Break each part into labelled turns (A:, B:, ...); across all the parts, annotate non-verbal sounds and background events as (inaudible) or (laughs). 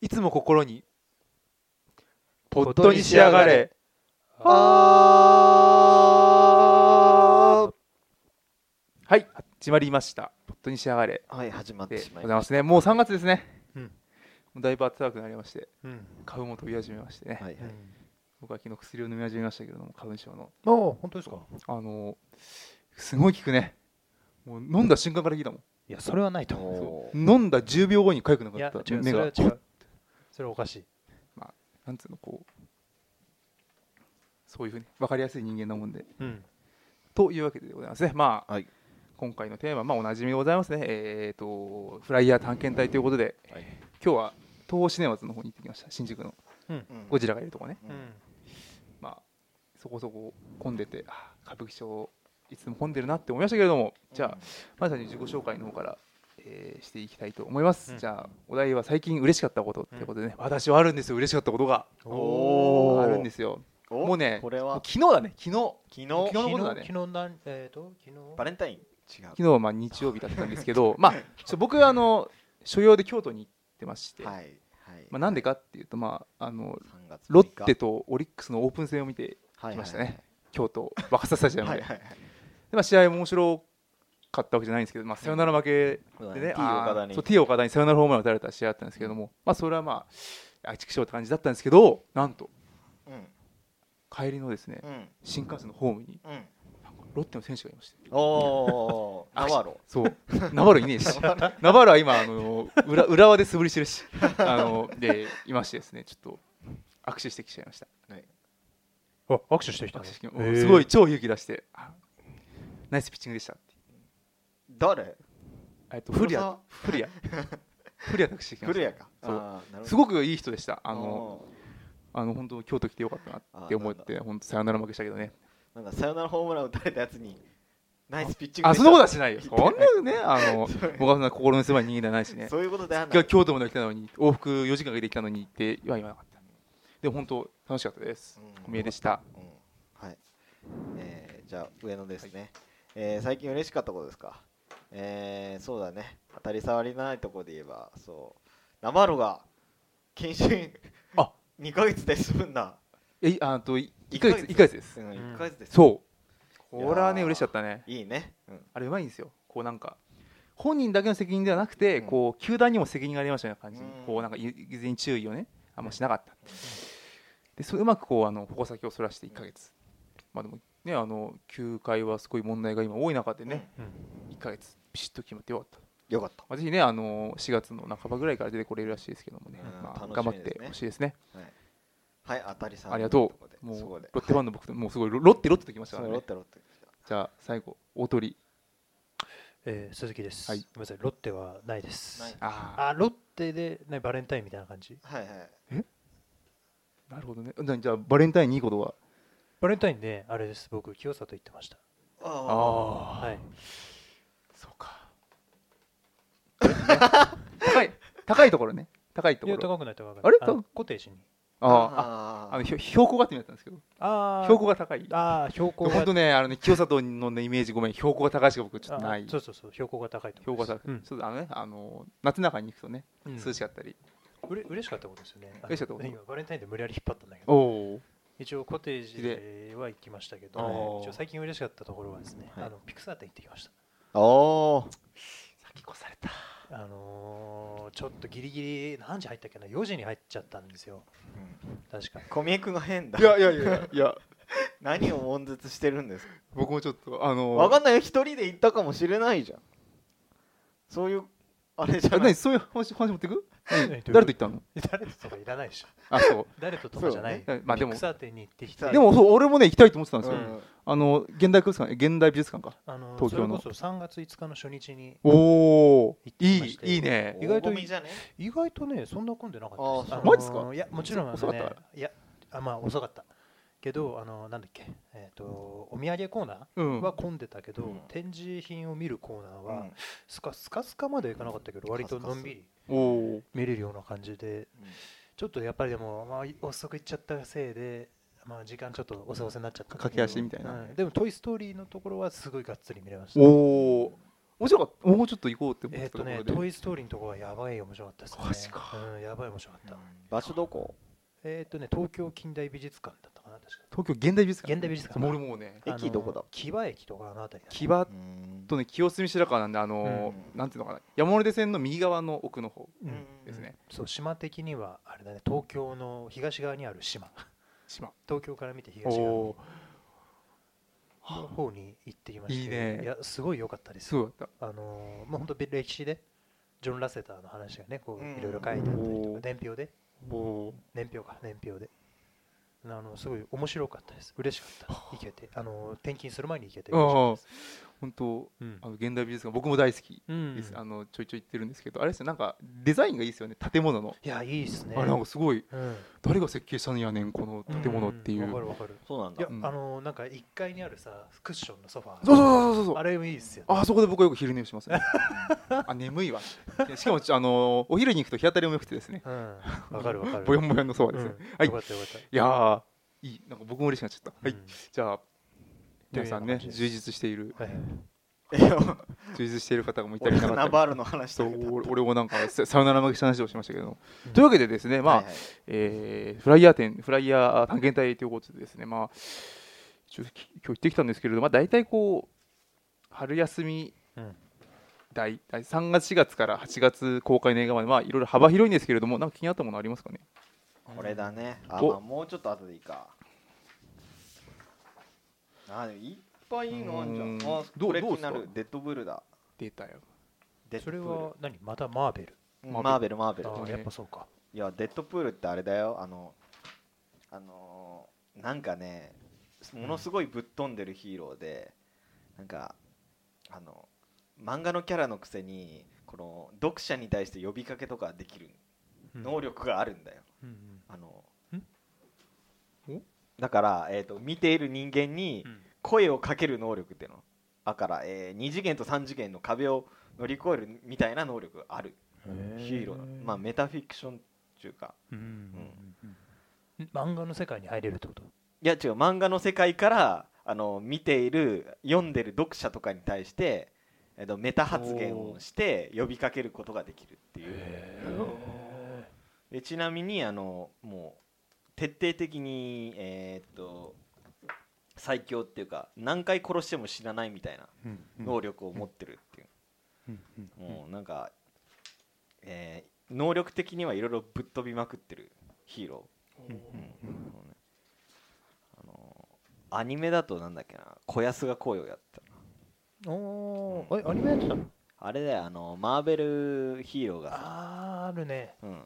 A: いつも心にポットに仕上がれあーはい始まりましたポットに仕上がれ
B: はい始まっ
A: で
B: て
A: ござ
B: しまい
A: い
B: ま
A: ますねもう3月ですね、
C: うん
A: もうだいぶ暖かくなりまして
C: うん
A: 花粉も飛び始めましてね、
B: したはいはい
A: 僕は昨日薬を飲み始めましたけれども花粉症の
C: ああ本当ですか
A: あのすごい効くねもう飲んだ瞬間から効いたもん
C: いやそれはないと思
B: お
A: そう
B: ー
A: 飲んだ10秒後に痒くな
C: う
A: か
C: い
A: っ
C: や
A: た
C: 違う
A: 目
C: それ
A: が
C: は違うそれはおかしい
A: なんつうのこうそういうふうに分かりやすい人間なもんで
C: うん
A: というわけでございますねまあ、
B: はい
A: 今回のテーマまあおなじみでございますねえっ、とフライヤー探検隊ということで
B: はい
A: 今日は東宝シネマズの方に行ってきました新宿の
B: うん
A: ゴジラがいるとこね
C: うん
A: まあそこそこ混んでてあ歌舞伎町いつも混んでるなって思いましたけれどもじゃあまずは自己紹介の方から、えーしていきたいと思います、
C: うん
A: じゃあお題は最近嬉しかったことってことでね、私はあるんですよ嬉しかったことが
B: おー
A: あるんですよ
B: お
A: もうね
B: これ
A: もう
B: は
A: 昨日だね昨日
B: 昨
A: 昨日
B: 日
A: のことだね
C: 昨日なんえっと昨日
B: バレンタイン違う
A: 昨日はまあ日曜日だったんですけどまあちょっと僕はあの所用で京都に行ってまして、
B: はいはい
A: まあ、なんでかっていうとまああの
B: 3月
A: ロッテとオリックスのオープン戦を見て
B: 来
A: 来ましたね京都若狭スタジアムで
B: はいはいはい
A: でまあ、試合も面白かったわけじゃないんですけど、まあ、サヨナラ負け
B: そうだ
A: で
B: ね
A: ね、
B: T 岡田
A: あー
B: に
A: そう T 岡田にサヨナラホームラン打たれた試合だったんですけれども、まあ、それはまあ、あちくしょうって感じだったんですけど、なんと
B: うん
A: 帰りのですね
B: うん
A: 新幹線のホームに (laughs)
B: うん
A: なんかロッテの選手がいまして、
B: おーナワロ
A: そう、 (laughs) ナバロいねえ
B: (laughs)
A: し、ナバロは今、あの裏裏輪で素振りしてるし、あのでいましてですね、ちょっと握手してきちゃいました、
C: あ握手してきた
A: 握
C: の
A: 手してきも
C: へ
A: う
C: ー
A: すごい超勇気出して、あナイスピッチングでしたって、
B: 誰
A: えっと、フリア、フリア、フリアと握手してきま
B: 古
A: した。
B: 谷か
A: そう
B: あーなるほど
A: すごくいい人でした。あの、あの本当京都来てよかったなって思っ
B: あー
A: て、本当さよなら負けしたけどね。
B: おーなんかサヨナラホームラン打たれたやつにナイスピッチング
A: あ、
B: で
A: そ
B: し
A: ん
B: た (laughs)
A: なことはしないよ。そん
B: 言って
A: なね、あ
B: (laughs)
A: の、僕はそんな心の狭い人間ではないしね。
B: そういうことではない
A: 今日京都まで来たのに、往復4時間かけて来たのにっては言わなかった。でも本当楽しかったです
B: うん。
A: お見えでした。
B: うんはい、えーじゃあ上野ですね、えー最近嬉しかったことですか、えーそうだね当たり障りのないところで言えばそうナマロが研修 (laughs)
A: あ
B: 2ヶ月で済むんだ、
A: え、あとい
B: 一
A: 一
B: ヶ
A: ヶ
B: 月
A: 月一ヶ月で
B: う
A: す。
B: ん、
C: ん
B: 1ヶ月で済む
A: そう。
B: いやー
A: これはね嬉しかったね。
B: いいね、うん、
A: あれうまいんですよ。こうなんか。本人だけの責任ではなくて、
B: うん
A: こう球団にも責任がありましたような感じに、
B: うん
A: こうなんかい事前に注意をねあんましなかった、でそううまくこうあの矛先をそらして1ヶ月、まあでもねあの球界はすごい問題が今多い中でね、
C: うん
A: 1ヶ月ピシッと決まってよかった、
B: よかった、
A: まあ、ぜひねあの4月の半ばぐらいから出てこれるらしいですけどもね、
B: うん
A: まあ、
B: 楽しみ
A: 頑張っ
B: ですね
A: てほしいですね
B: はい、はい当たり
A: あり
B: 障りのな
A: が
B: いと
A: と
B: ころで
A: うもう
B: そこで
A: ロッテファンの僕ともうすごいロロッテロッテときました
B: そ
A: か
B: う
A: ら
B: ロッ
A: ね
B: テロッテ
A: じゃあ最後大鳥
C: えー鈴木ですご
A: はい
C: めんなさいロッテはないです
B: ない
A: あ
C: あロッテでねバレンタインみたいな感じ
B: はいはい
A: あなるほどねじゃあじゃあバレンタインにいいことは
C: バレンタインねあれです僕清里行ってました
B: あ
A: あ
C: はい
A: そうか。高い、高いところね。高いと
C: い
A: こ
C: や
A: ろ。
C: 高くない高くない
A: あれ
C: のコテージに
A: ああ、
B: あ
A: あの、ひょ標高がって意味だったんですけど、
C: ああ
A: 標高が高い。
C: ああ標高が
A: 本当ね、あのね、清里のね、イメージ、ごめん、標高が高いしか僕ちょっとない。
C: あ
A: 標
C: そうそうそう標高が高いと思い
A: 高
C: ます
A: が高
C: う
A: い
C: ん。
A: ちょっとあのね、あの、夏中に行くとね、
C: うん
A: 涼しかったり。
C: うれ嬉しかったことですよね。あの
A: 嬉しかったこと
C: 今バレンタインで無理やり引っ張ったんだけ
A: お
C: ど、
A: お。
C: 一応コテージは行きましたけど、
A: あー
C: 一応最近嬉しかったところはですね、
B: はい
C: あのピクサー店行ってきました。
B: おー
A: 先越された。
C: あのーちょっとギリギリ何時入ったっけな4時に入っちゃったんですよ
B: うん
C: 確か
B: 小宮君が変だ
A: いやいやいやいや、
B: 何を悶絶してるんですか
A: 僕もちょっと、あの。
B: わかんないよ一人で行ったかもしれないじゃんそういうあれじ
A: あ
B: ゃない
A: 何そういう話話持ってく
C: 誰
A: 誰と行ったの
C: 誰ととかいらないでしょ
A: あそう
C: 誰ととかじゃない、
A: そうねまあでも
C: ピクサー店に行ってきて
B: はい
A: でもそう俺もね行きたいと思ってたんです
B: う
A: よ、
B: ん
A: あの現代美術館現代美術館か
C: あのー
A: 東京の
C: それこそ3月5日の初日に
A: おお
C: 行って
A: い
C: きまし
A: い
C: たよ
A: いいね
C: 意外と
B: 大ゴミじゃね
C: 意外とねそんな混んでなかったです
B: あーそう
C: のー
A: マジっすか
C: いやもちろんあ
A: 遅
C: の
A: かっ
C: ね
A: たか
C: いやあまあ遅かったけどあのーなんだっけえっ、とお土産コーナー
A: うん
C: は混んでたけど、
B: うん
C: 展示品を見るコーナー
B: う
C: は
B: ん
C: スカスカスカまではいかなかったけど割とのんびり
A: おお
C: 見れるような感じでちょっとやっぱりでも、まあ、遅く行っちゃったせいで、まあ、時間ちょっとおせおせになっちゃった
A: 駆け足みたいな、
C: うんでも「トイ・ストーリー」のところはすごいがっつり見れました
A: おお面白かったもうちょっと行こうって思っ
C: え
A: て
C: ったと
A: とこ
C: ね
A: ろ、で、
C: トイ・ストーリーのところはやばい面白かったですね。
A: マジか
C: うん、やばい面白かった。
B: 場所どこ
C: えっとね、東京近代美術館だったかな、確か。
A: 東京現代美術館
C: 現代美術館
A: もう俺もうね
B: 駅
C: あの
B: どこだ
C: 木場駅とかあの辺りだね
A: 木場
B: うん
A: とね清澄白河なんであのー
B: うん
A: なんていうのかな山手線の右側の奥の方
C: うん
A: ですね、
C: そう、島的には、あれだね、東京の東側にある島。
A: 島
C: 東京から見て東側
A: お
C: の
A: お
C: 方に行ってきましたけど
A: いいね
C: いや、すごい良かったです
A: すご
C: よ。
A: いだった
C: あのーまあ、本当歴史で、ジョン・ラセターの話がね、こ
B: うん
C: う、いろいろ書いてあったりと
A: おー
C: か、年表で、
A: お
C: 年表か、年表で。あのすごい面白かったです。嬉しかった。行けて、あのー転勤する前に行けて嬉しかったです。
A: 本当
C: うん
A: あの現代美術館僕も大好き
C: うん
A: です、あのちょいちょい行ってるんですけどあれですよなんかデザインがいいですよね建物の、
C: いや、いいですね。
A: あれなんかすごい
C: うん
A: 誰が設計したんやねんこの建物っていう、
C: んわかるわかる。
B: そうなん
C: い
B: だ
C: や、
A: うん
C: あのなんか1階にあるさクッションのソファー
A: そうそうそうそうそう
C: あれもいいですよ、ね、
A: あそこで僕はよく昼寝をします
C: (laughs)
A: ねあ眠いわしかもちょあのお昼に行くと日当たりも良くてですね
C: うんわかるわかる
A: ぼよんぼよんのそば
C: う
A: です、
C: ん
A: はい
C: よかったよかった
A: いやーいいなんか僕も嬉しくなっちゃった、は
C: う
A: い
C: ん
A: じゃあ皆さんね
C: というような感じです
A: 充実している
C: はい
B: いや
A: 充実している方もいたり
B: 俺
A: いな
B: が
A: か
C: (laughs)
B: ナ
A: ったり
B: バールの話
A: そ
B: だ
A: う
B: けど
A: (laughs) 俺俺もなんかささよなら負けした話をしましたけど、
C: うん
A: というわけでですねまあ、
B: はいはい
A: えーフライヤー店フライヤー探検隊ということでですねまあ一応き今日行ってきたんですけれどまあ大体こう春休み
C: うん
A: 大大3月4月から8月公開の映画までまあいろいろ幅広いんですけれどもなんか気になったものありますかね
B: これだねあ、
A: お
B: まあ、もうちょっと後でいいかあでもいっぱいいいのあんじゃ
A: うんん
B: あ
A: どう
B: これ気
A: どうっす
B: に
A: か
B: なるデッドブルだ
A: 出たよ
B: デッ
C: そ
B: ドプ
C: れ
B: ール
C: は何またマーベル
B: うん
A: マ
B: マ
A: ーベル
B: ーベルマーベル
C: あ
A: ね
C: ーやっぱそうか
B: いやデッドプールってあれだよあのあのーなんかねものすごいぶっ飛んでるヒーローで、なんかあの漫画のキャラのくせにこの読者に対して呼びかけとかできる能
C: 力
B: 力があるんだよ、
C: うん
B: あの
C: ん
A: お
B: だから、えー、と見ている人間に
C: うん
B: 声をかける能力っていうのだから、え2次元と3次元の壁を乗り越えるみたいな能力があるヒーローなのまあ、メタフィクションっていうか
C: うんうんうんうん漫画の世界に入れるってこと
B: いや違う漫画の世界からあの見ている読んでる読者とかに対して、えっと、メタ発言をして呼びかけることができるっていうでちなみにあのもう徹底的にえーっと最強っていうか何回殺しても死なないみたいな能力を持ってるっていう、もうなんか、えー能力的にはいろいろぶっ飛びまくってるヒーローうんそうねあのーアニメだとなんだっけな「小安が声をやってたな
C: おーえアニメやってたの
B: あれだよあのーマーベルヒーローがさ、
C: あーあるね
B: うん、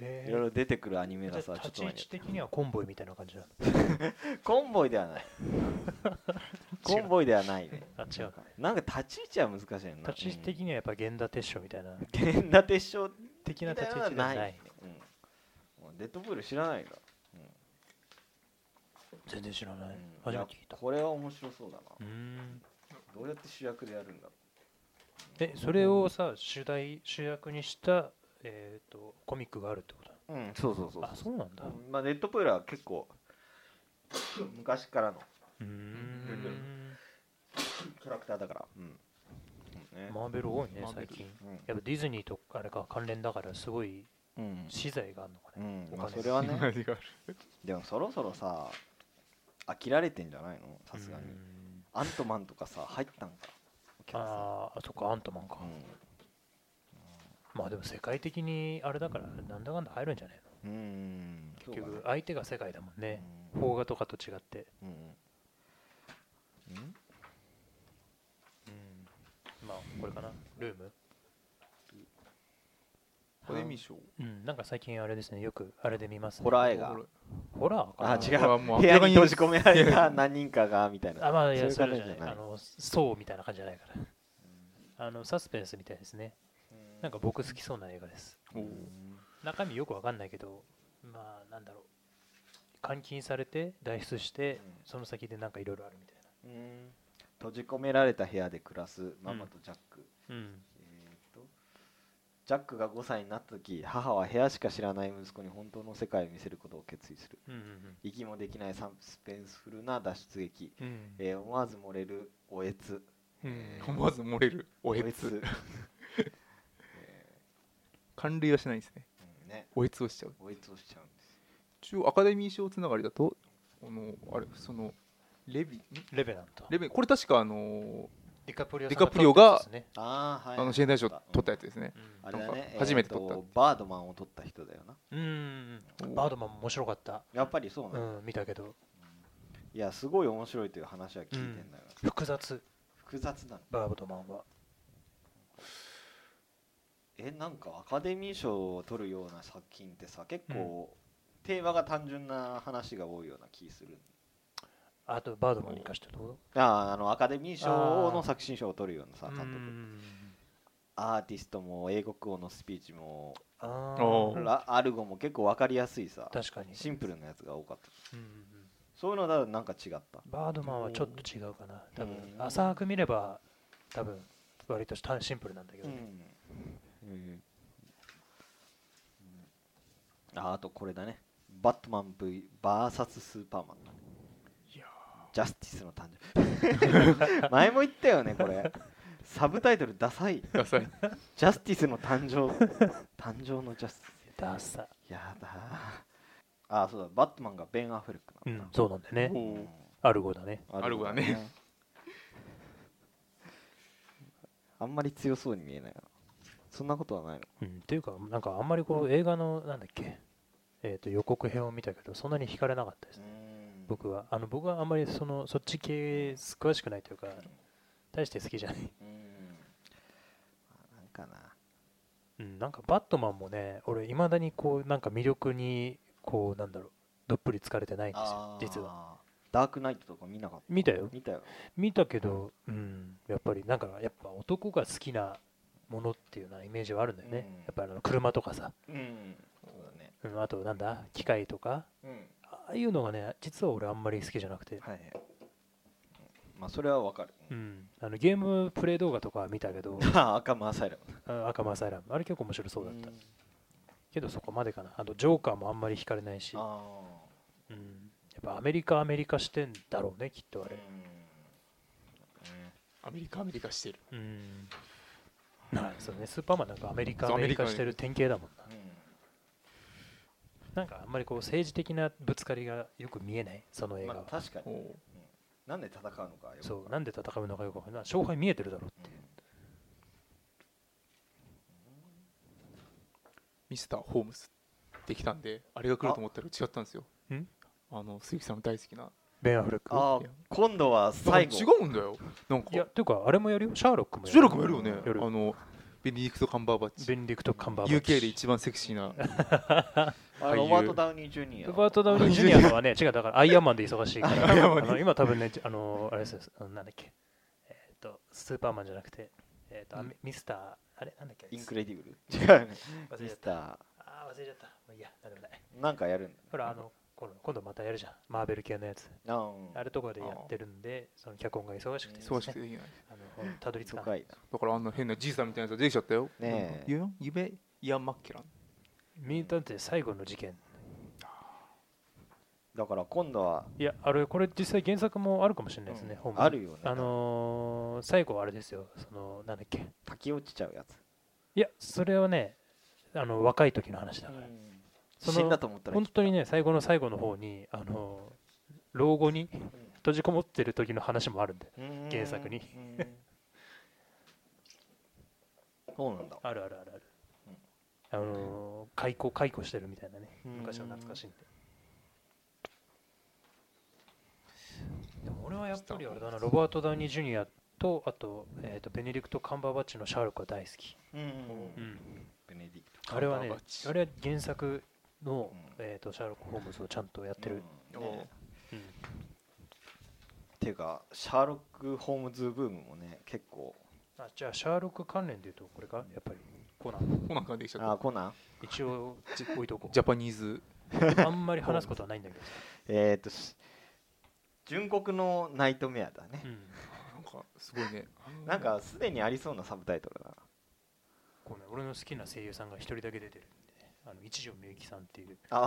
C: へー
B: いろいろ出てくるアニメが
C: じゃ
B: さ
C: あ
B: ち
C: 立
B: ょっと
C: ち位
B: 前に
C: 置的にはコンボイみたいな感じなの
B: コンボイでは
C: (laughs)
B: ないコンボイではないね
C: あ違うか
B: なんか立ち位置は難しいよな
C: 立ち位置的にはやっぱ源田鉄章みたいな
B: うん源田鉄章
C: 的
B: 的な
C: な
B: 立
C: 立
B: ち
C: ち位置
B: 位置で
C: で
B: は
C: は
B: な
C: ないい、
B: うん、デッドブル知らないんだ、
C: 全然知らない
B: うん
C: 初
B: い
C: め
B: や
C: て聞いた
B: これは面白そうだな
C: うん
B: どうやって主役でやるんだろ
C: えそれをさ主題主役にした、えー、とコミックがあるってこと
B: ううんそうそうそう
C: あそうなんだ
B: まあ、デッドプールは結構昔からの
C: うー
B: ん
C: ん
B: キャラクターだから、うんそうね
C: マーベル多いね
A: マーベ
C: 最
A: ル
C: 近
B: うん
C: やっぱディズニーとあれか関連だからすごい
B: うん
C: 資材があるのか
B: う
C: ね、
B: ん
C: お金
B: まあ、それはね
A: 何がある
B: でもそろそろさ飽きられてんじゃないのさすがに
C: うん
B: アントマンとかさ入ったんかお客さ
C: あーあそっかアントマンか、
B: ん
C: まあでも世界的にあれだからなんだかんだ入るんじゃね
B: うんうん
C: えの結
B: そう
C: 局
B: だ
C: 相手が世界だもんね
B: ね
C: 邦画とかと違って
B: うんうんうん
C: まあこれかなルーム
A: アカデミー賞
C: うんなんか最近あれですねよくあれで見ますね
B: ホラー映画
C: ホラーかな
B: あ違
A: これはも
B: う
A: う
B: 部
A: 明
B: 屋
A: らか
B: に
A: に
B: 閉じ込められた何人かがみたいな
C: あまあいや
B: そ
C: そうう
B: い
C: いうう感じ
B: 感じじ
C: じ
B: ゃ
C: ゃ
B: な
C: ないいあのそうみたいな感じじゃないからあのサスペンスみたいですねなんか僕好きそうな映画です
A: お
B: う
A: ー
B: ん
C: 中身よくわかんないけどまあなんだろう監禁されて脱出して
B: うん
C: その先でなんかいろいろあるみたい
B: うん閉じ込められた部屋で暮らすママとジャック、
C: なうん
B: えーとジャックが5歳になった時母は部屋しか知らない息子に本当の世界を見せることを決意する
C: うんうん
B: 息もできないサスペンスフルな脱出劇、
C: うん
B: えー思わず漏れるおえつ、
C: うん
A: 思わず漏れるお
B: こ
A: え
B: い
A: つ
B: つえ
A: 関連はしないんですね
B: ーうんね
A: おえつをしちゃう
B: こいつをしちゃうんです
A: 一応アカデミー賞つながりだとこのあれそのレビん
C: レベナント
A: レビこれ確かあの
C: ディカプリオ
A: ディカプリオが
C: さん撮ってるやつね
B: ああはい
A: あの支援大賞取ったやつです
B: (laughs)
A: ね
C: うん
B: あれだ
A: なん
B: ね
A: か初めて撮った
B: えーとバードマンを撮った人だよな
C: うんバードマンも面白かった、
B: やっぱりそうなん
C: う
B: だ、
C: ん、見たけど
B: いやすごい面白いという話は聞いてんだよな、
C: 複雑
B: 複雑なの
C: バードマンは
B: えなんかアカデミー賞を取るような作品ってさ結構、テーマが単純な話が多いような気する
C: あとバードマンに関してどう
B: あーあのアカデミー賞
C: あ
B: の
C: ー
B: 作品賞を取るようなさ監督アーティストも英国王のスピーチも
C: あ
A: お
C: あ
B: ラアルゴも結構分かりやすいさ
C: 確かに、
B: シンプルなやつが多かった
C: うんうんうん
B: そういうのだとなんか違った
C: バードマンはちょっと違うかな多分
B: うん
C: 浅く見れば多分割と単シンプルなんだけどね、
B: うんうんああとこれだねバットマン VS スーパーマン
A: いや
B: ジャスティスの誕生 (laughs) 前も言ったよねこれサブタイトルダサい
A: ダサい
B: ジャスティスの誕生誕生のジャステ
C: ダサ
B: ィスやだああそうだバットマンがベン・アフレック
C: う
B: なんだ
C: んそうなんだよね
A: お
B: うん
C: アルゴだね
A: アルゴだね
B: アあんまり強そうに見えないなそんなことはないの
C: うんっていうかなんかあんまりこう映画のなんだっけえっと予告編を見たけどそんなに惹かれなかったですね僕はあの僕はあんまりそのそっち系詳しくないというか大して好きじゃない
B: うんなんかな
C: うん、なんかバットマンもね俺いまだにこうなんか魅力にこうなんだろうどっぷり疲れてないんですよ実は
B: はダークナイトとか見なかった
C: 見たよ
B: 見たよ
C: 見たけど、うん、やっぱりなんかやっぱ男が好きなものっていうようなイメージはあるんだよね、
B: うん
C: やっぱりあの車とかさ、
B: うんそうだね
C: うん、あとなんだ機械とか
B: うん
C: ああいうのがね実は俺あんまり好きじゃなくて、
B: はいはいまあそれはわかる
C: うん、あのゲームプレイ動画とかは見たけ
B: (laughs)
C: ど
B: あ赤マーサイラム
C: あ赤マサイラムあれ結構面白そうだった、
B: ん
C: けどそこまでかなあとジョーカーもあんまり惹かれないし、
B: あ
C: うん、やっぱアメリカアメリカしてんだろうねきっと
B: あ
C: あれ
A: アメリカアメリカしてる
C: うんはいそうね、スーパーマンなんかアメリカ
A: そう
C: ア
A: アメ
C: メ
A: リ
C: リ
A: カ
C: カしてる典型だもんな
B: うん
C: なんかあんまりこう政治的なぶつかりがよく見えないその映画は、
B: まあ、確かに、
A: お
B: なんで戦うのかよく
C: そうなんで戦うのかよくわかんない勝敗見えてるだろうっていう
A: ミスターホームズできたんであれが来ると思ったら違ったんですよ
C: ん
A: あの鈴木さんの大好きな
C: ベン・アフレック
B: あ
A: い
B: ー
A: や
B: 今度は最後
A: 違うんだよなんか
C: いやていうかあれもやるよシャーロックもや
A: シュラクもやるよね
C: やる
A: あのベネディクト・カンバーバッチ
C: ベンディクト・カンバーバッチ
A: UK で一番セクシーな
B: あ
A: 俳
B: の
A: 優
B: ロバート・ダウニー・ジュニア
C: ロバート・ダウニー・ジュニアのはね違うだからアイアンマンで忙しいから
A: アイア
C: あ
A: ンマンで
C: の今多分ねあのあれですよあのなんだっけえっ、とスーパーマンじゃなくてえっ、と、あミミスターあれなんだっけ
B: インクレディブル違うよね
C: 忘れち
B: ミ
C: ゃっ
B: ス
C: た
B: タ
C: あー忘れちゃったもういいやなんでもない
B: ーなんかやるんだ
C: ほらあの今度今度またやるじゃんマーベル系のやつ
B: あうん
C: あれとかでやってるんでその脚本が忙しくて
A: 忙しくて
C: ね
A: で
C: (laughs)
A: きない
C: あのたどり着
B: 都
C: かない
B: 会だ
A: だからあんな変なじいさんみたいなやつが出てきちゃったよ
B: ねえ
A: なんかゆ夢イアン・マッキュラン
C: ミータンって最後の事件
B: だから今度はい
C: やあれこれ実際原作もあるかもしれないですね、
B: うん
C: 本
B: あるよね
C: あのー最後はあれですよそのなんだっけ
B: 滝落ちちゃうやつ
C: いやそれはねあの若い時の話だから、その
B: 死んだと思ったら
C: 本当にね最後の最後の方にあのー老後に閉じこもってる時の話もあるんで
B: うん
C: 原作に
B: うんそうなんだ
C: あるあるあるある
B: うん、
C: あのー解雇解雇してるみたいなね
B: うん
C: 昔は懐かしいんででも俺はやっぱりあれだなロバート・ダウニー・ジュニアとあと,、えー、とベネディクト・カンバーバッチのシャーロックが大好き、
B: うんベネディク
C: あれはね
A: カンバーバッチ
C: あれは原作の、
B: うん
C: えー、とシャーロック・ホームズをちゃんとやっ
B: ト
C: てる、
B: うん
A: おう
B: ねっていうかシャーロック・ホームズブームもね結構
C: あじゃあシャーロック関連でいうとこれかやっぱりコナン
A: こんなん感じできちゃ
B: あ
A: っ
B: コナン
C: 一応じ置いとこ
A: (laughs) たジャパニーズ
C: うあんまり話すことはないんだけど、
B: えっとし純国のナイトメアだね
C: うん、
A: なんかすごいねあの
B: なんかすでにありそうなサブタイトルだな
C: ごめん俺の好きな声優さんが一人だけ出てるんであの一条みゆきさんっていう
B: あー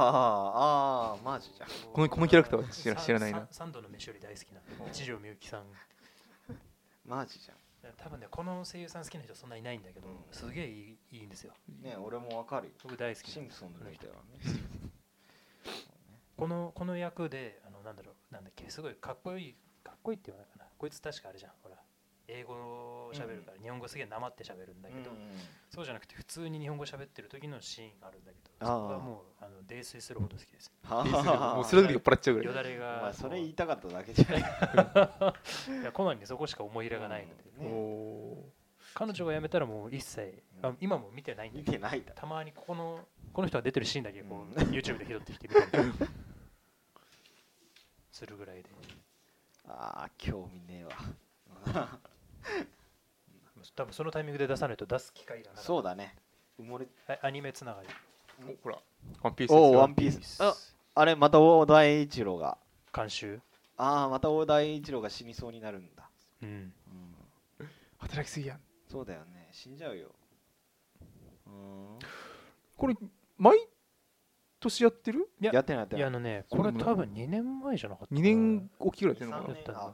B: あーマジじゃん
A: このこのキャラクターは知ら知らないな
C: サンサンサンドの飯より大好きな一条みゆきさん
B: マジじゃん
C: 多分ねこの声優さん好きな人そんないないんだけど、
B: うん
C: すげえいいいいんですよ
B: ね俺もわかるよ
C: 僕大好き
B: シ
C: なんで
B: ンプ
C: す
B: ソンズの人はね
C: このこの役であのなんだろうなんだっけすごいかっこいいかっこいいって言わないかなこいつ確かあれじゃんほら英語を喋るから、日本語すげえなまって喋るんだけど、そうじゃなくて普通に日本語喋ってる時のシーンがあるんだけどそ
B: あ
C: こ
B: ー
C: はもうあの泥酔するほど好きです
A: いいですねもうそれだ
B: れ
A: け酔っ払っちゃうぐ
C: よ
A: らい
C: だれが
B: まあそれ言い
C: い
B: たかっただけじゃない
C: やコナンにそこしか思い入れがないので、
B: うんね
A: お
C: 彼女が辞めたらもう一切、あ
B: うん
C: 今も見てないんだ
B: 見
C: けど
B: てないだ
C: たまにここのこの人が出てるシーンだけこう、
B: うん
C: YouTube で拾ってきてみたりするぐらいで
B: ああ興味ねえわ
C: 多分そのタイミングで出さないと出す機会がなかった
B: そうだね埋もれ
C: はいアニメつながり
A: ーおほらワンピースです
B: おお
A: よ
B: ワンピースああれまた大田栄一郎が
C: 監修
B: ああまた大田栄一郎が死にそうになるんだ、
C: うん
B: うん、
A: 働きすぎやん
B: そうだよね死んじゃうようー
A: これ毎年やってる
C: いや
B: んやってないやって
C: い
B: ない
C: やあのねこれ多分2年前じゃなかったかな
A: 2年おきぐらいやってるの
B: 23
A: かな
C: や
B: 年
C: ったんだ
B: あ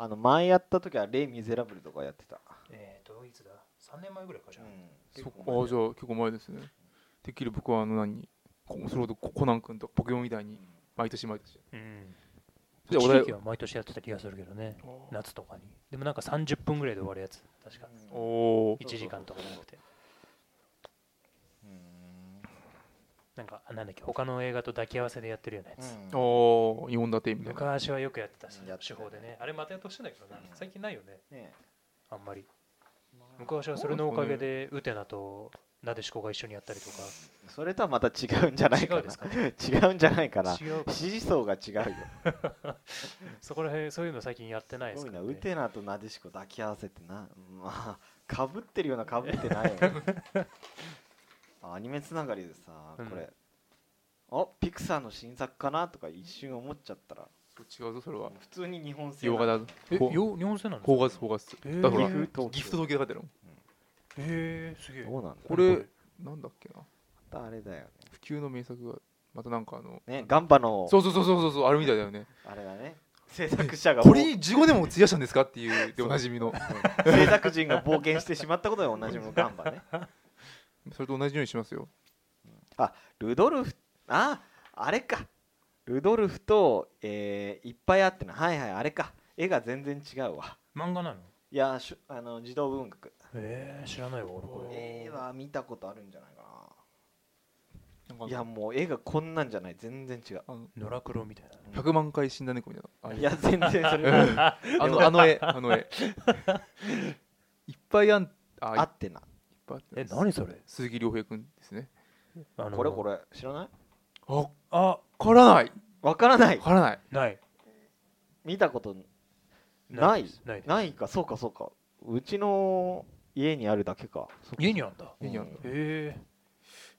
B: あの前やった時は「レイ・ミゼラブル」とかやってた、
C: えーといつだ3年前ぐらいかじゃあ、
A: そっかあじゃあ結構前ですねできる僕はあの何こそれほどココナン君とかポケモンみたいに毎年毎年
C: うん
A: じゃあ
C: 地
A: 俺
C: 域は毎年やってた気がするけどね夏とかにでもなんか30分ぐらいで終わるやつ確か
A: おお
C: 1時間とかじゃなくてなんかなんだっけ他の映画と抱き合わせでやってるようなやつ、
A: ーおー日本立てみたいな
C: 昔はよくやってたし
B: やってたね
C: 手法でねあれまたやってほしいんだけどな
B: うん
C: 最近ないよね
B: ね
C: あんまり昔はそれのおかげでウテナとなでしこが一緒にやったりとか
B: それとはまた違うんじゃないかな
C: 違うですか
B: 違うんじゃない (laughs) かな
C: 違うか
B: 支持層が違うよ
C: そこら辺そういうの最近やってないですす
B: ご
C: か
B: い
C: ら、
B: な
C: ね、
B: ウテナとなでしこ抱き合わせってなまあかぶってるようなかぶってないよね
C: (laughs)
B: あアニメつながりでさこ
C: うん
B: れ、あピクサーの新作かなとか一瞬思っちゃったら
A: 違うぞそれは
B: 普通に日本製
A: 洋画
B: だ
A: だぞ
C: え
A: ほ
C: よ日本製なんです
A: フォー
C: か
A: ガスフォーガス
C: えー
A: だから
B: 岐阜東京
A: ギフト東京で書いてあるもん
C: へえすげえ
B: どうなんだ
A: これなんだっけな
B: またあれだよ
A: 普及の名作がまたなんかあの
B: ねねガンバの
A: そうそうそうそうそうそうあるみたいだよね
B: あれだね制作者が
A: これ15年も費やしたんですかっていうでおなじ (laughs) みの
C: (laughs)
B: 制作人が冒険してしまったことでおなじみのガンバね
A: それと同じようにしますよ
B: あルドルフああれかルドルフと、えーいっぱいあってなはいはいあれか絵が全然違うわ
C: 漫画なの
B: いやしゅあの児童文学
C: えー、知らないわ俺これ
B: 絵は見たことあるんじゃないか
A: なんか
B: な、いやもう絵がこんなんじゃない全然違う
A: あの
C: ノラクロみたいな
A: 100万回死んだ猫みたいなああいう
B: いや全然それ
A: あのあの絵あの絵いっぱいあんあい
B: あ
A: っ
B: ってな
A: ぱいあった
C: え何それ
A: 鈴木亮平君ですね
C: あの
B: これこれ知らない
A: あわ
C: あ
A: からない
B: わからない
A: わからない
C: ない
B: 見たことない
C: ですないです
B: ないかそうかそうかうちの家にあるだけか
C: 家にあんだ
A: 家にあるんだ
C: へえ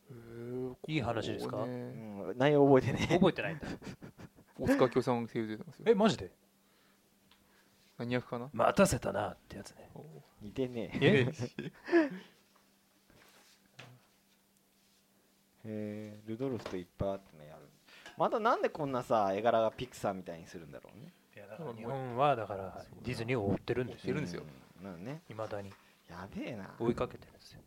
C: いい
A: ここね
C: 話ですか
B: うん内容覚えてねえ
C: 覚えてないんだ
A: 大塚明夫さん声優出てますよ
C: えマジで
A: 何役かな
C: 待たせたなってやつね
A: お
B: 似てねえ
C: え
B: へえルドルフといっぱいあってのやるまたなんでこんなさ絵柄がピクサーみたいにするんだろうね
C: いやだから日本はだからディズニーを追ってるんです
A: い
C: よ
A: るんですよ
B: うんなんかね
C: いまだに
B: やべえな
C: 追いかけてるんですよ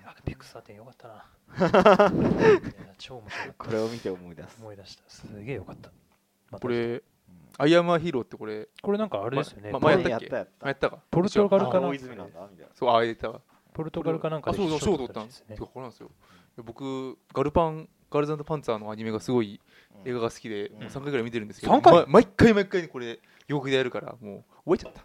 C: いやピクサーってよかったないや超面白かった
B: これを見て思い出す
C: 思い出したすげえよかったまた
A: これアイアムアヒーローってこれ
C: これなんかあれですよね
A: まま
B: これ
A: 前や
B: や
A: っ
B: った
A: っけ
B: たやっ
A: あや
B: た
A: ったか
C: ポルトガル
B: あ
C: かな
B: 大
C: んか
B: 泉なんだみたい
A: そうああ出たわ
C: ポルトガルかなんか
A: あ
C: で
A: そうそう賞取ったん
C: で
A: です
C: す
A: よ
C: ね
A: てかこれなんですよいや僕ガルパンガールズパンツァーのアニメがすごい
B: な
A: 映画が好きで、
B: う
A: も
B: ん
A: う3回ぐらい見てるんですけど、
C: 三回
A: ま毎回毎回これ洋服でやるからもう覚えちゃった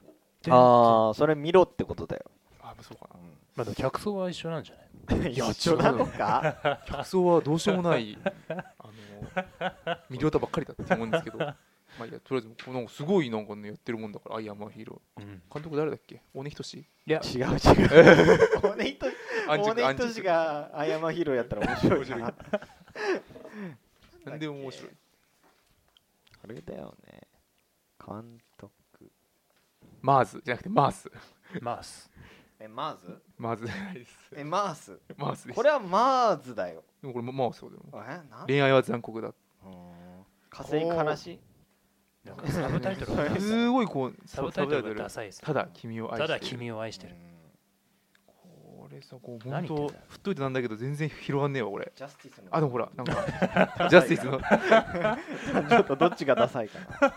B: ああそれ見ろってことだよ、
A: あそうか
C: まあでも客層は一緒なんじゃな
A: (laughs)
C: い
B: うん、一緒なのか
A: な客層はどうしようもないあの魅了たばっかりだって思うんですけどまあいいやとりあえずもうこのすごいなんかねやってるもんだからアイアンマンヒーロ
C: うん
A: ー監督誰だっけ大根仁
C: いや
B: 違う違う
A: (laughs)
B: 大根仁
A: アン
B: 大根
A: アン
B: 仁がアヤマヒーローやったら面白いなあ
A: なんでも面白い
B: れだよね監督
A: マーズじゃなくてマース
C: マース
B: えマーズ
A: マーズじゃないです
B: えマース
A: (laughs) マースです
B: これはマーズだよ
A: でもこれマースだよ
B: えなん
A: 恋愛は残酷だ
B: うーん火星悲しい
C: (laughs) なんかサブタイトルがダサい
A: すごいこう
C: サブタイトルがダサいです
A: ただ君を愛して
C: た
A: いる
C: だ君を愛してる
A: これさこう
C: 何
A: 本
C: 言っ
A: 当
C: てんだよ
A: 振っといてなんだけど全然広がんねえわこれ
B: ジャスティスの
A: あでもほらなん
B: (laughs)
A: かジャスティスの
B: ちょっとどっちがダサいかな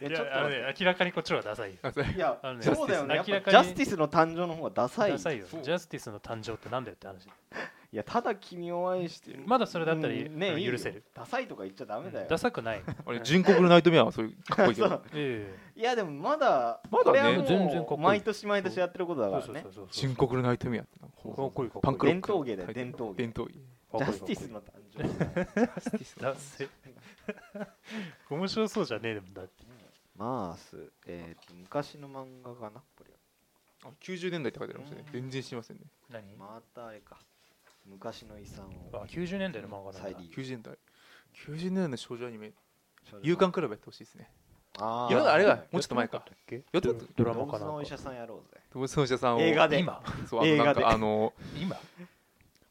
B: いや
C: い
B: ちょっ
C: やあの
B: と
C: ね明らかにこっちの方がダサいよ
A: あそれ
B: いや
C: あのね
B: そうだよねやっ
C: 明ら
B: ぱ
C: か
B: ジ
C: に
B: ャスティスの誕生の方がダサい
C: ダサいよ
A: そう
C: ジャスティスの誕生ってなんだよって話
B: いやただ君を愛してる
C: まだそれだったら
B: うんね
C: あの
B: いいよ
C: 許せる
B: ダサいとか言っちゃダメだよ
C: ダサくない
A: (laughs) あれ純国のナイトメアはそういうかっこいいけ
B: そ
A: ど
B: う
C: ええ
B: いやでもまだ
A: まだね
B: これはもう
C: 全然かっこいい
B: 毎年毎年やってることだからね
C: そうそうそうそう
A: 純国のナイトメアってなんか
C: かっこいいかっこいい
A: パンクロッ
B: 伝
A: ク
B: 統芸だ
A: タ
B: よ
A: イトル
B: 伝統芸
A: 伝統芸
B: ジャスティスの誕生
A: ジャスティス
C: だせ面白そうじゃねえでもだって
B: マースえーと昔の漫画かなこれ
A: あ90年代って書いてありましたね全然知りませんね
C: 何
B: またあれか昔の遺産を
C: あ90年代の漫画な
B: 再
C: んだ
B: 利用
A: 90年代90年代の少女アニメ勇敢クラブやってほしいですね
B: あ
A: いやあれだもうちょっと
C: や
A: 前
C: てな
A: か
C: かったっけ
A: やって
C: ド
A: た
C: ドラ
B: ドラ
C: マ
B: マ
C: か
B: か
C: な
B: のお
C: ん
B: 医
C: か
B: 者さんやろうぜ
A: 友達のお医者さんを
B: 映画で
C: 今
A: そうあのなん
B: 映画で
A: かあの
C: 今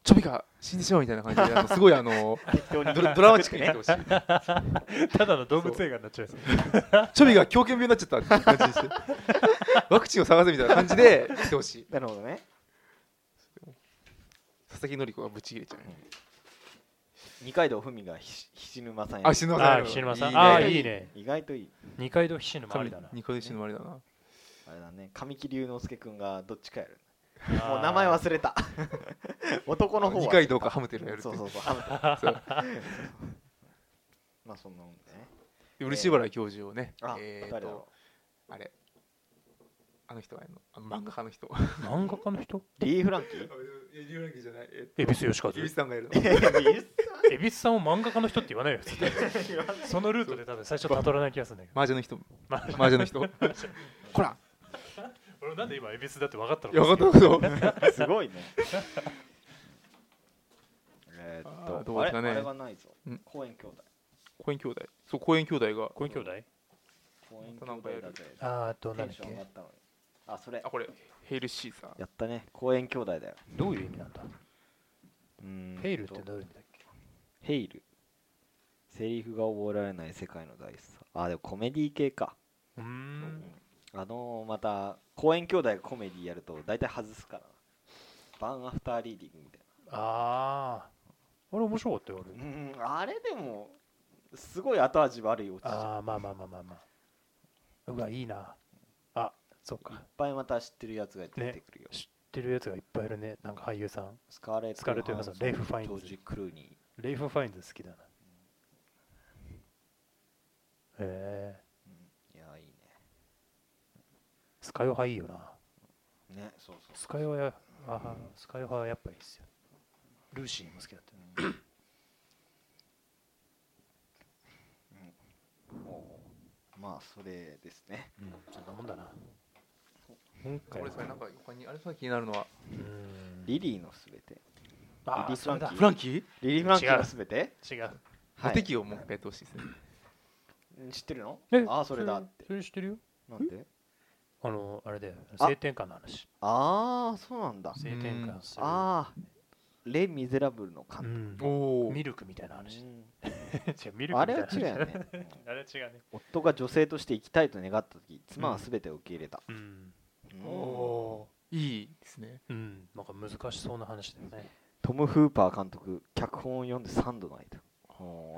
A: チョビが死んでしまうみたいな感じであのすごいあの
B: 適当に
A: ドラドラマチックにやってほしい
C: ただの動物映画になっちゃう
A: チョビが狂犬病になっちゃったって感じ
B: (laughs)
A: にしてワクチンを探せみたいな感じで来てほしい
B: なるほどね
A: 佐々木紀子がぶち切れちゃう
B: 二階堂ふみがひしひしぬまさんや
A: あ死ぬ
C: ああ
A: あ
C: 菱沼さん
A: いいね
C: ああいいね
B: 意外といい
C: 二階堂菱沼ありだな
A: ニコで死ぬあれだな
B: あれだね神木隆之介くんがどっちかやる
C: あー
B: もう名前忘れた (laughs) 男の方は
A: 二回どうかハムテルやるって
B: そうそうそう
A: そう
B: (laughs) まあそんなもんだね
A: で漆原教授をね
B: あ、
A: えー
B: 誰
A: と
B: だろ
A: あれあの人がやるのあの漫画家の人
C: 漫画家の人
B: うリー・フラン (laughs) キー
A: リュウランキじゃないえ
C: 恵比寿吉和
A: ゆうさんがやる
B: いやいやいやいや
C: 恵比寿さんを漫画家の人って言わ (laughs) ないよ絶対そのルートで多分最初たどらない気がするんだけど、
A: マージャの人
C: ま
A: マージャの人こら
C: (laughs) 俺なんで今恵比寿だって分かったの
A: よかったぞ
B: すごいねえーっと
A: あーどうですかね
B: あれあれがないぞ
A: うん
B: 公園兄弟
A: 公園兄弟そう公園兄弟が
C: 小兄弟
B: 公園兄弟だぜ
C: あーあと何
B: テン
C: だっ
B: ション上が
C: け
B: ったのにあそれ
A: あこれヘイルシーザー
B: やったね公園兄弟だよ
C: どういう意味なんだ
B: うーんと
C: ヘイルってどういう意味だっけ
B: ヘイルセリフが覚えられない世界の大スターあでもコメディ系か
C: うーん
B: あのーまた公園兄弟がコメディやると大体外すからなバンアフターリーディングみたいな
C: あああれ面白かったよ
B: う
C: 俺
B: ーんあれでもすごい後味悪いオチじゃん
C: ああまあまあまあまあまあうわいいなあそう
B: いっ
C: か
B: ぱいまた知ってるやつが出てくるよ、
C: 知ってるやつがいっぱいいるねなんか俳優さん
B: スカーレット・
C: スカーレットヨハンソンレイフファインズ
B: ジョージ・クルーニ
C: レイフ・ファインズ好きだなへえ
B: ーいやいい
C: スカヨハいいよな
B: ねねそうそう
C: スカヨハやあスカヨハはやっぱいいっすよルーシーも好きだったよね
B: もうまあそれですね
C: うんそんなもんだな今
A: こ
C: 回
A: れ
C: は
A: さなんか他にあれさ気になるのは
C: うーん
B: リリーのすべて
C: あ
B: リ
C: ー
B: リー・フランキー
C: それ
A: フランキー
B: リリー・フランキーのすべて
C: だ違う
A: モテキをもう一回やってほしいですね
B: 知ってるの
C: え
B: ああそれだって
C: それ知ってるよ
B: なんで
C: あのあれだよ
B: あ
C: 性転換の話
B: ああそうなんだ
C: 性転換する
B: ああレ・ミゼラブルの
C: うん
B: 監
A: おお
C: ミルクみたいな
B: 督
C: 話 (laughs) 違
B: うん
C: うミルクみたいな
B: あれは
C: 話
B: 違うよねう
C: (laughs)
B: ん
C: あれは違うね
B: 夫が女性として生きたいと願った時妻はすべてを受け入れた
C: うん
B: うん
A: おーいいですね
C: うんなんか難しそうな話だよね
B: トム・フーパー監督脚本を読んで3度泣いたお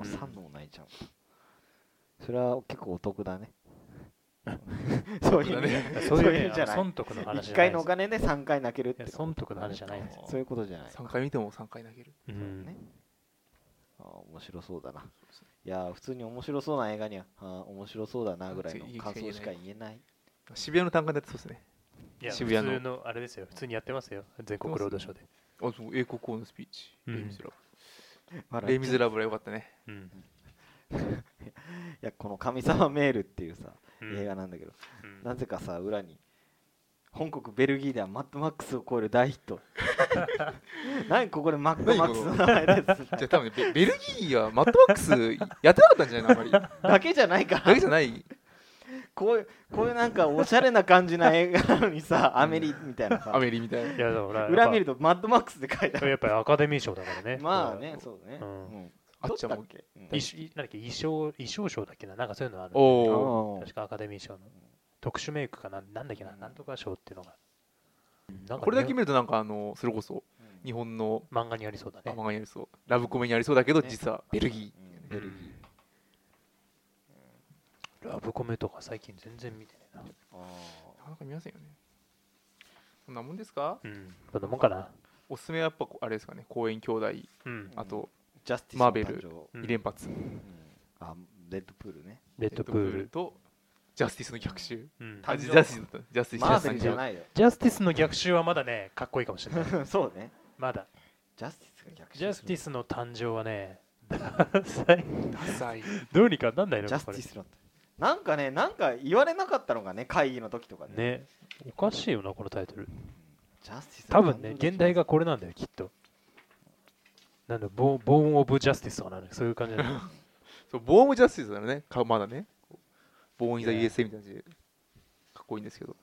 C: うん
B: ー3度も泣いちゃう、それは結構お
C: (laughs)
B: 得だねそういう意味
A: ね
B: (laughs) そういう意味じゃない
C: 損得の話じ
B: 1
C: ゃない
B: 回のお金で3回泣けるっ
C: い
B: て
C: や損得の話じゃないんですよ
B: そういうことじゃない
A: 3回見ても3回投げる
C: うん
B: ねあー面白そうだないやー普通に面白そうな映画にはあー面白そうだなぐらいの感想しか言えない
A: 渋谷の単価だってそうですね
C: いや
A: 渋谷の
C: 普通のあれですよ普通にやってますよ全国ロードショーで
A: あそう英国王のスピーチレイミゼラブルレ
B: 笑
A: イ
B: っ
A: ミ
B: ちゃ
A: ゼラブルはよかったね
C: うん
B: ういやこの「神様メール」っていうさ
C: うん
B: 映画なんだけど
C: うん
B: なぜかさ裏に本国ベルギーではマッドマックスを超える大ヒッ
A: (laughs)
B: ト何ここでマッドマックスの名前です
A: じゃあ多分ベ (laughs) ベルギーはマットマックスやってなかったんじゃ (laughs) ないのあんまり
B: だけじゃないか
A: だけじゃない
B: こういうこういうなんかおしゃれな感じな映画なのにさアメリみたいな
A: ア
B: さ
A: メリみたいない
C: やだから
B: 裏見る
C: る
B: とマッドマックスで書いてある
C: やっぱりアカデミー賞だからね
B: まあ
C: これは
B: ねそうね
C: う
B: うんん
A: あっちゃん
B: ど
A: も
B: だけ、うん
C: 衣装なんだっけ衣装衣装賞だっけななんかそういうのあるんだよね
A: おお
B: うん
C: 確かアカデミー賞の特殊メイクかなんなんだっけな、なんとか賞っていうのがなんか
A: これだけ
C: 日
A: 見るとなんかあのそれこそ日本の
C: 本漫画にありそうだ
A: あ
C: ね
A: 漫画にありそうラブコメにありそうだけど
B: ね
A: 実はベルギ
B: うん
C: ベルギーラブコメとか最近全然見てねえな
B: あー
A: ーなかなか見ませんよねそんなもんですか
C: うんそんなもんかな
A: おすすめはやっぱこあれですかね公園兄弟
C: うん
A: あと
B: ジャスティス
A: マーベル
B: の誕
C: う
B: 生
C: ん
A: 2連発
B: うんあレッドプールね
C: レッドプール
A: とジャスティスの逆襲
C: うん
A: あ
B: 誕
A: ジ
B: 生
A: ャスティスだったジャスティス
B: マーベルじゃ
A: い
B: ないよ
C: ジャスティスの逆襲はまだねかっこいいかもしれない
B: (laughs) そうね
C: まだ
B: ジャスティスが逆襲
C: ジャスティ
B: ス
C: スの誕生は (laughs) ねダサい
A: ダサい
C: どうにかなんないの
B: ジャ
C: か
B: ス
C: こ
B: テ
C: れ
B: ィスだったなんかねなんか言われなかったのがね会議の時とかね
C: ねおかしいよなこのタイトル
B: ジャスティス
C: 多分ね現代がこれなんだよきっとなんだボーンボーン・オブ・ジャスティスとかなんだそういう感じだね (laughs)
A: そうボームジャスティスだよねかまだねこうボーン・イザ・
C: Yeah
A: USA みたいな感じでかっこいいんですけど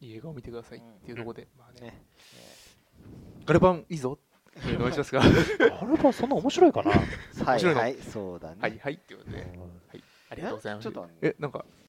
A: いい映画を見てくださいっていうところで、まあね
B: ね
A: ガルパンいいぞっていうのをお願いしますが (laughs) は
C: あれはそんな面白いか (laughs) な
B: はい
A: 白いの
B: はいそうだね
A: いはいっていうことでありがとうございます
B: ちょっと
A: えなんか